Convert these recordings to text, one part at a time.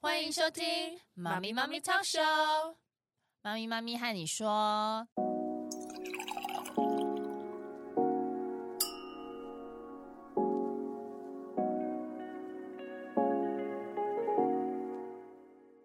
欢迎收听《妈咪妈咪超秀》，妈咪妈咪和你说，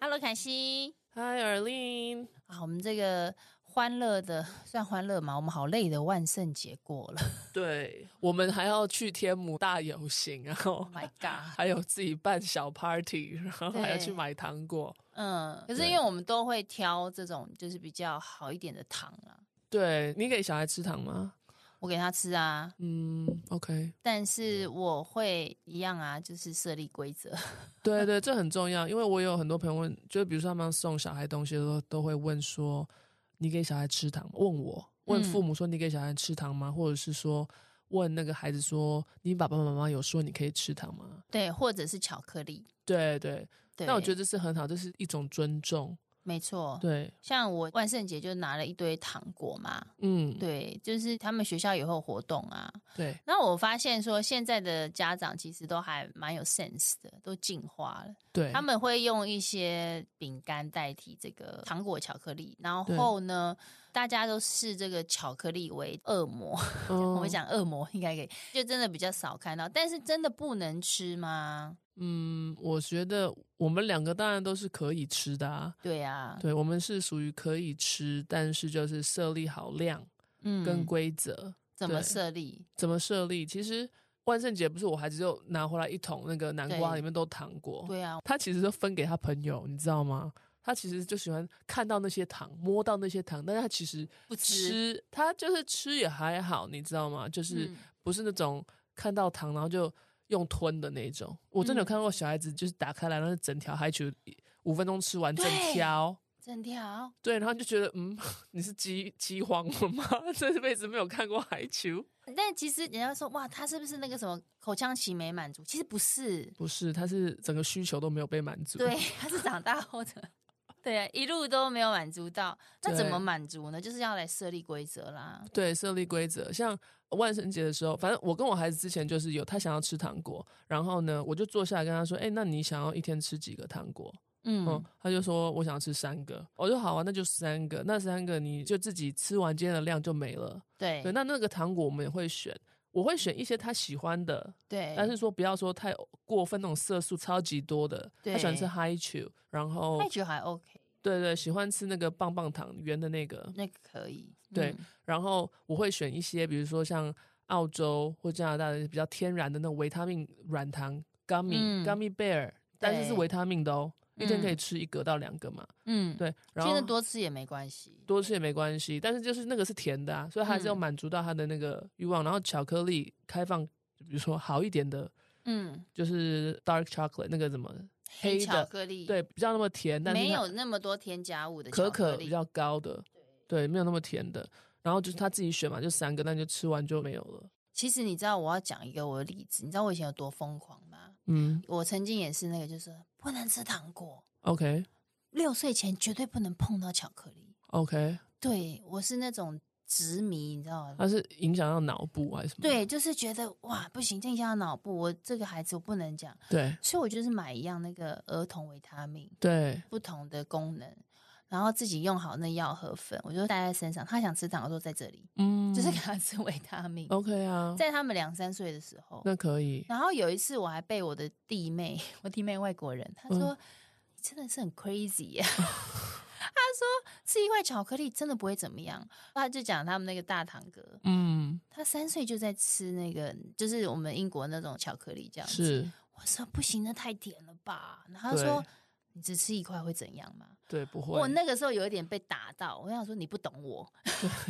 Hello，凯西嗨，尔令，啊，我们这个欢乐的算欢乐嘛，我们好累的万圣节过了对我们还要去天母大游行，然后 ，Oh my god，还有自己办小 party，然后还要去买糖果。嗯，可是因为我们都会挑这种就是比较好一点的糖啊，对你给小孩吃糖吗？我给他吃啊，嗯，OK，但是嗯我会一样啊，就是设立规则。 对对，这很重要，因为我有很多朋友问，就比如说他们送小孩东西的时候，都会问说你给小孩吃糖吗？问我，问父母说你给小孩吃糖吗？或者是说问那个孩子说你爸爸妈妈有说你可以吃糖吗？对，或者是巧克力。对对，对，那我觉得得这是很好，这是一种尊重。没错。对，像我万圣节就拿了一堆糖果嘛，嗯，对，就是他们学校也会有活动啊。对。然后我发现说，现在的家长其实都还蛮有 sense 的，都进化了。对，他们会用一些饼干代替这个糖果、巧克力，然对后呢，大家都视这个巧克力为恶魔。嗯我们讲恶魔应该可以，就真的比较少看到。但是真的不能吃吗？嗯，我觉得我们两个当然都是可以吃的啊。对啊，对，我们是属于可以吃，但是就是设立好量嗯，跟规则，怎么对设立？怎么设立。其实万圣节不是我孩子就拿回来一桶那个南瓜，对里面都糖果，对啊，他其实都分给他朋友，你知道吗？他其实就喜欢看到那些糖，摸到那些糖，但是他其实不吃，吃，他就是吃也还好，你知道吗？就是嗯不是那种看到糖然后就用吞的那种。我真的嗯有看过小孩子就是打开来，然后整条海去五分钟吃完整对条。整条。对，然后就觉得，嗯， 你是饥饥荒了吗？ 这辈子没有看过海球，但其实人家说，哇，他是不是那个什么口腔期没满足？其实不是，不是，他是整个需求都没有被满足。对，他是长大后的。 对啊，一路都没有满足到，那对哦怎么满足呢？就是要来设立规则啦。对，设立规则。像万圣节的时候，反正我跟我孩子之前就是有他想要吃糖果，然后呢，我就坐下来跟他说，哎、那你想要一天吃几个糖果？嗯，嗯，他就说我想要吃三个，我说好啊，那就三个，那三个你就自己吃完今天的量就没了。对对，那那个糖果我们也会选，我会选一些他喜欢的，对，但是说不要说太过分那种色素超级多的。对他喜欢吃 high chew，然后太久还 OK，对对，喜欢吃那个棒棒糖圆的那个，那个可以。对嗯然后我会选一些，比如说像澳洲或加拿大的比较天然的那种维他命软糖 gummy、嗯 gummy bear，但是是对维他命的哦，一天可以嗯吃一个到两个嘛。嗯，对，然其后实多吃也没关系。多吃也没关系，但是就是那个是甜的啊，所以他还是要嗯满足到他的那个欲望。然后巧克力开放，比如说好一点的，嗯，就是 dark chocolate 那个什么黑的，巧克力对，比较那么甜，但是没它有那么多添加物的可巧可克比力，较高的，对，没有那么甜的。然后就是他自己选嘛，就三个，但就吃完就没有了。其实你知道我要讲一个我的例子，你知道我以前有多疯狂吗？嗯我曾经也是那个，就是不能吃糖果， ，OK 六岁前绝对不能碰到巧克力。 OK，对我是那种执迷，你知道吗？它是影响到脑部还是什么？对，就是觉得哇，不行，影响到脑部，我这个孩子我不能讲，对所以我就是买一样那个儿童维他命，对不同的功能，然后自己用好那药和粉，我就带在身上。他想吃糖，我说在这里，嗯，就是给他吃维他命。 OK 啊，在他们两三岁的时候，那可以，然后有一次我还被我的弟妹， 我弟妹外国人，她嗯说、你真的是很 crazy 耶、她说吃一块巧克力真的不会怎么样，她就讲他们那个大堂哥，嗯，他三岁就在吃那个，就是我们英国那种巧克力这样子。是我说不行，那太甜了吧？然后她说你只吃一块会怎样吗？对，不会，我那个时候有一点被打到，我想说你不懂 我，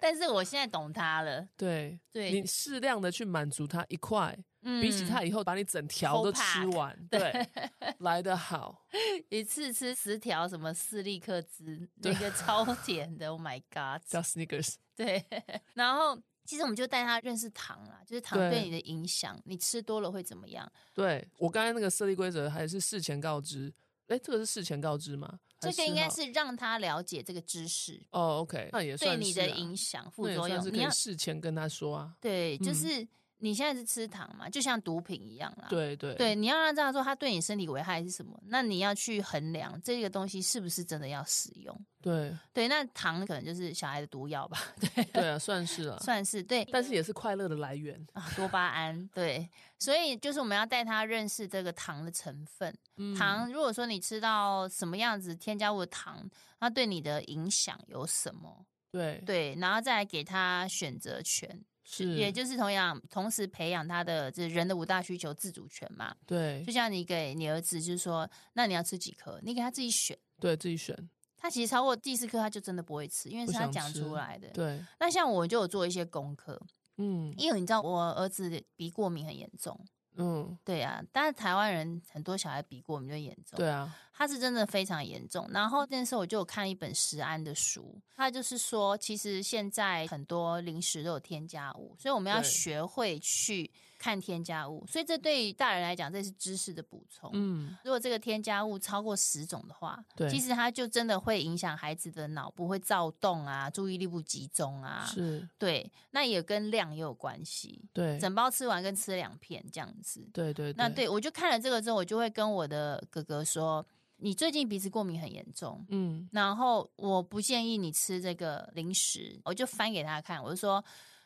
但是我现在懂他了。对对你适量的去满足他一块，嗯比起他以后把你整条都 Whole 吃 pack 完，对， 来得好，一次吃十条什么四粒克汁，那 个超甜的，Oh my God！叫 Snickers，对， 然后其实我们就带他认识糖啦，就是糖对对你的影响，你吃多了会怎么样？对我刚才那个设立规则还是事前告知，哎，这个是事前告知吗？还这个应事该后是让他了解这个知识哦，OK，那也算对是你的啊影响、副那也作算用是。可你要以事前跟他说啊，对，就是你现在是吃糖嘛，就像毒品一样啦。对对对，你要让大家说它对你身体危害是什么，那你要去衡量这个东西是不是真的要使用。 对对，那糖可能就是小孩的毒药吧， 对啊，算是了、算是对但是也是快乐的来源。啊，多巴胺 对，所以就是我们要带他认识这个糖的成分。嗯糖，如果说你吃到什么样子添加物的糖，它对你的影响有什么？对对，然后再来给他选择权，是，也就是同样同时培养他的这人的五大需求自主权嘛。对就像你给你儿子，就是说，那你要吃几颗，你给他自己选。对自己选，他其实超过第四颗，他就真的不会吃，因为是不他想讲吃出来的。对，那像我就有做一些功课，嗯因为你知道我儿子鼻过敏很严重，嗯，对啊，但是台湾人很多小孩鼻过敏就严重，对嗯啊，他是真的非常严重。然后那时候我就有看一本食安的书，他就是说，其实现在很多零食都有添加物，所以我们要对学会去看添加物。所以这对于大人来讲，这是知识的补充。嗯如果这个添加物超过十种的话，对其实它就真的会影响孩子的脑部，会躁动啊，注意力不集中啊，是，对，那也跟量也有关系。对整包吃完跟吃两片这样子，对对，那，对我就看了这个之后，我就会跟我的哥哥说，你最近鼻子过敏很严重，嗯然后我不建议你吃这个零食，我就翻给他看，我就说。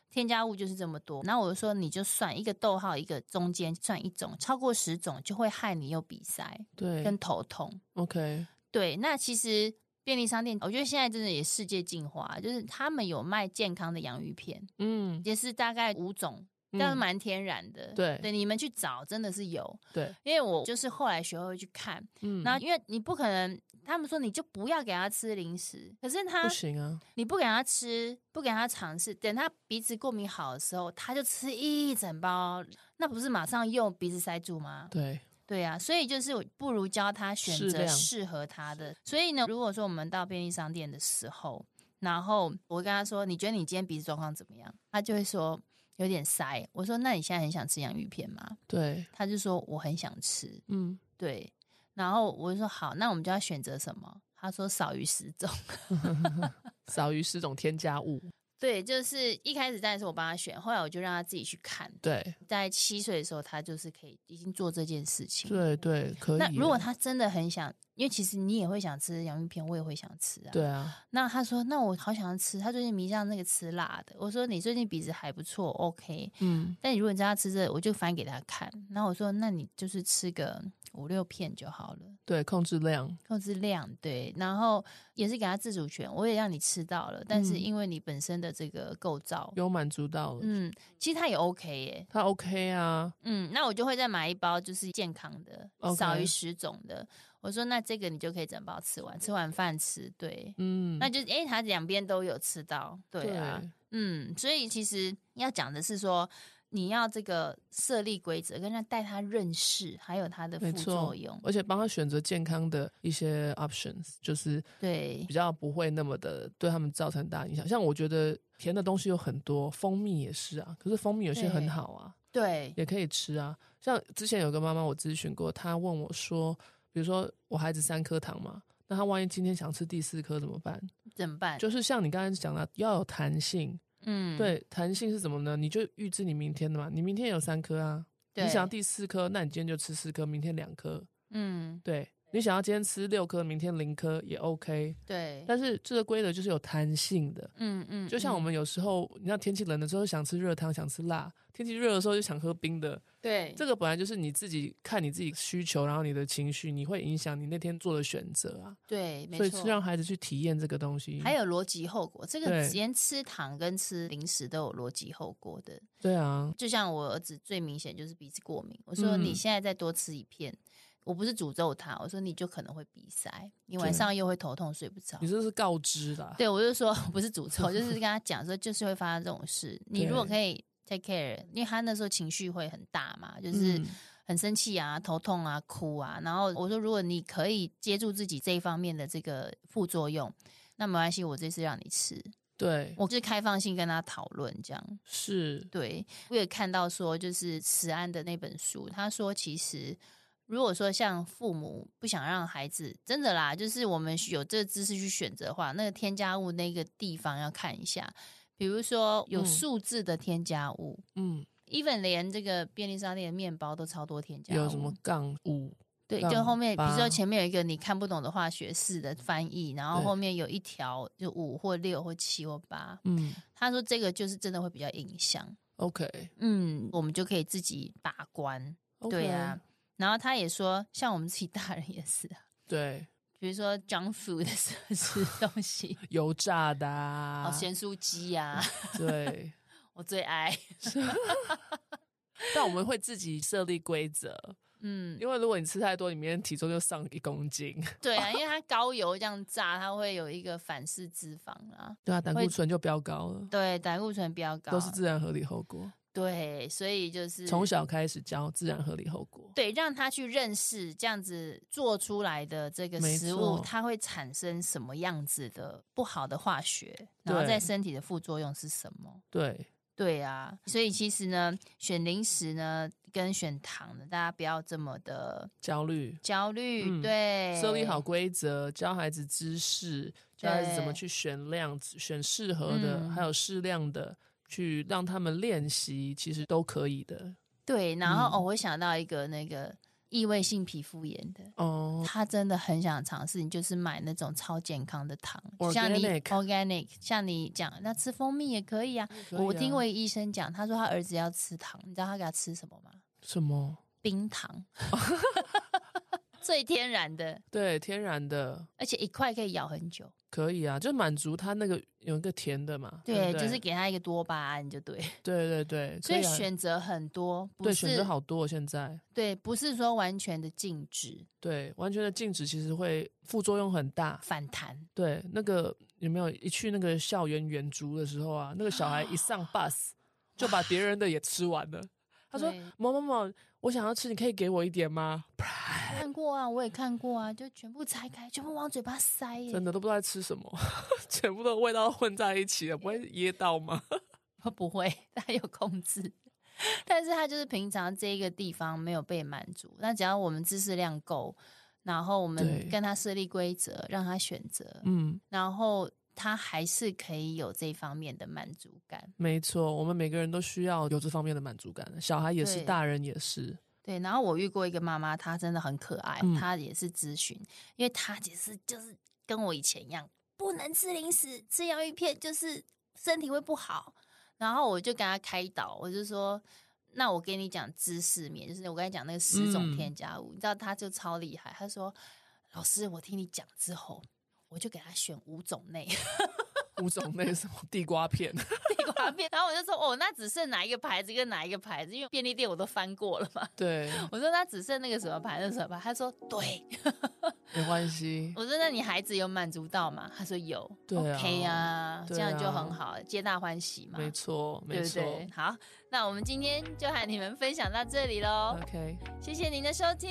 添加物就是这么多，然后我就说你就算一个逗号，一个中间算一种，超过十种就会害你有鼻塞对跟头痛。 ，OK，对，那其实便利商店，我觉得现在真的也世界进化，就是他们有卖健康的洋芋片，嗯，也是大概五种，嗯但是蛮天然的。对对，你们去找真的是有，对，因为我就是后来学会去看，嗯，那、因为你不可能，他们说你就不要给他吃零食，可是他不行啊，你不给他吃，不给他尝试，等他鼻子过敏好的时候，他就吃一整包，那不是马上用鼻子塞住吗？对对啊，所以就是我不如教他选适择量适合他的。所以呢，如果说我们到便利商店的时候，然后我跟他说：“你觉得你今天鼻子状况怎么样？”他就会说有点塞。我说：“那你现在很想吃洋芋片吗对，？”他就说：“我很想吃。嗯，”对，然后我就说：“好，那我们就要选择什么？”他说：“少于十种。 少于十种添加物，”对，就是一开始当然是我帮他选，后来我就让他自己去看。对在七岁的时候，他就是可以已经做这件事情。对对，可以啊耶。那如果他真的很想，因为其实你也会想吃洋芋片，我也会想吃啊。。对啊，那他说：“那我好想吃。”他最近迷上那个吃辣的。我说：“你最近鼻子还不错，OK。 嗯，但你如果你叫他吃这个我就翻给他看。然后我说：“那你就是吃个五六片就好了，对，控制量，控制量对。然后也是给他自主权，我也让你吃到了，但是嗯因为你本身的这个构造，有满足到了，嗯，其实他也 OK 耶、他 OK 啊，嗯，那我就会再买一包，就是健康的 OK 少于十种的。我说那这个你就可以整包吃完，吃完饭吃，对，嗯，那就诶，他两边都有吃到，对啊，嗯，所以其实要讲的是说，你要这个设立规则，跟他带他认识，还有它的没副错作用，而且帮他选择健康的一些 options，就是对比较不会那么的对他们造成大影响。像我觉得甜的东西有很多，蜂蜜也是啊，可是蜂蜜有些很对好啊，对也可以吃啊。像之前有个妈妈我咨询过，她问我说，比如说我孩子三颗糖嘛，那他万一今天想吃第四颗怎么办？怎么办？就是像你刚才讲的，要有弹性。哎嗯，对，弹性是什么呢？你就预知你明天的嘛，你明天有三颗啊，你对想要第四颗，那你今天就吃四颗，明天两颗。嗯，对你想要今天吃六颗，明天零颗也 OK，对，但是这个规则就是有弹性的。嗯嗯，就像我嗯们有时候，你知道天气冷的时候想吃热汤，想吃辣；天气热的时候就想喝冰的。对这个本来就是你自己看你自己需求，然后你的情绪，你会影响你那天做的选择啊。对，没所以错是。让孩子去体验这个东西。还有逻辑后果，这个对连吃糖跟吃零食都有逻辑后果的。对啊，就像我儿子最明显就是鼻子过敏，我说嗯你现在再多吃一片，我不是诅咒他，我说你就可能会鼻塞，你晚对上又会头痛睡不着你。这是告知啦。对，我就说 不是诅咒，就是跟他讲说，就是会发生这种事。你如果对可以 take care，因为他那时候情绪会很大嘛，就嗯，是很生气啊、头痛啊、哭啊。然后我说，如果你可以接住自己这一方面的这个副作用，那没关系，我这次让你吃。对，我就是开放性跟他讨论这样。是，对，我也看到说，就是慈安的那本书，他说其实。如果说像父母不想让孩子真的啦，就是我们有这个知识去选择的话，那个添加物那个地方要看一下，比如说有嗯数字的添加物，嗯， even 连这个便利商店的面包都超多添加物，有什么杠五，对，杠就后面比如八说前面有一个你看不懂的化学式的翻译，然后对后面有一条就五或六或七或八，嗯他说这个就是真的会比较影响， ，OK，嗯，我们就可以自己把关，对啊。然后他也说，像我们自己大人也是啊，对，比如说 junk food 的奢侈东 西，油炸的、哦，啊，咸酥鸡呀、对。 我最爱，但我们会自己设立规则，嗯，因为如果你吃太多，你明天体重就上一公斤。 对啊，因为它高油这样炸，它会有一个反式脂肪啊，对啊，胆固会醇就飙高了，对，胆固醇比较高，都是自然合理后果。对，所以就是从小开始教自然合理后果。对，让他去认识这样子做出来的这个没食错物，它会产生什么样子的不好的化学，然后在对身体的副作用是什么？对，对啊，所以其实呢，选零食呢跟选糖呢，大家不要这么的焦虑，焦虑，嗯对，设立好规则，教孩子知识，教孩子怎么对去选量、选适合的，嗯还有适量的，去让他们练习，其实都可以的。对。然后、嗯哦，我想到一个那个异位性皮肤炎的，哦，他真的很想尝试，你就是买那种超健康的糖，像你 Organic organic，像你讲，那吃蜂蜜也可以啊。可我以啊听过医生讲，他说他儿子要吃糖，你知道他给他吃什么吗？什么？冰糖， 最天然的，对，天然的而且一块可以咬很久。可以啊，就满足他那个有一个甜的嘛。对对，嗯不对，就是给他一个多巴胺就 对。对对对，所以可啊选择很多，不对选择是好多现在。对，不是说完全的禁止对，完全的禁止其实会副作用很大。反弹。对，那个有没有一去那个校园远足的时候啊，那个小孩一上 bus 就把别人的也吃完了。他说对：“某某某，我想要吃，你可以给我一点吗看过啊，我也看过啊，就全部拆开，全部往嘴巴塞？”耶真。的都不知道在吃什么， 全部都味道混在一起了，不会噎到吗？嗯他不会， 他有控制，但是他就是平常这一个地方没有被满足。那只要我们知识量够，然后我对们跟他设立规则，让他选择，嗯，然后他还是可以有这方面的满足感。没错，我们每个人都需要有这方面的满足感，小孩也是，对大人也是。对，然后我遇过一个妈妈，她真的很可爱，嗯她也是咨询，因为她也是就是跟我以前一样，不能吃零食，吃洋芋片就是身体会不好。然后我就跟她开导，我就说，那我给你讲芝士面，就是我刚才讲那个十种嗯添加物，你知道她就超厉害，她说，老师，我听你讲之后。我就给她选五种内 五种类什么地瓜片， 地瓜片，然后我就说哦，那只剩哪一个牌子跟哪一个牌子？因为便利店我都翻过了嘛。 对，我说那只剩那个什么牌，那个什么牌？他说对，没关系。我说：“那你孩子有满足到吗？”他说：“有。 对啊 o k 啊，对这样就很好，皆大欢喜嘛，没错，对没不错。对？好，那我们今天就和你们分享到这里喽， OK，Thank、谢谢您的收听，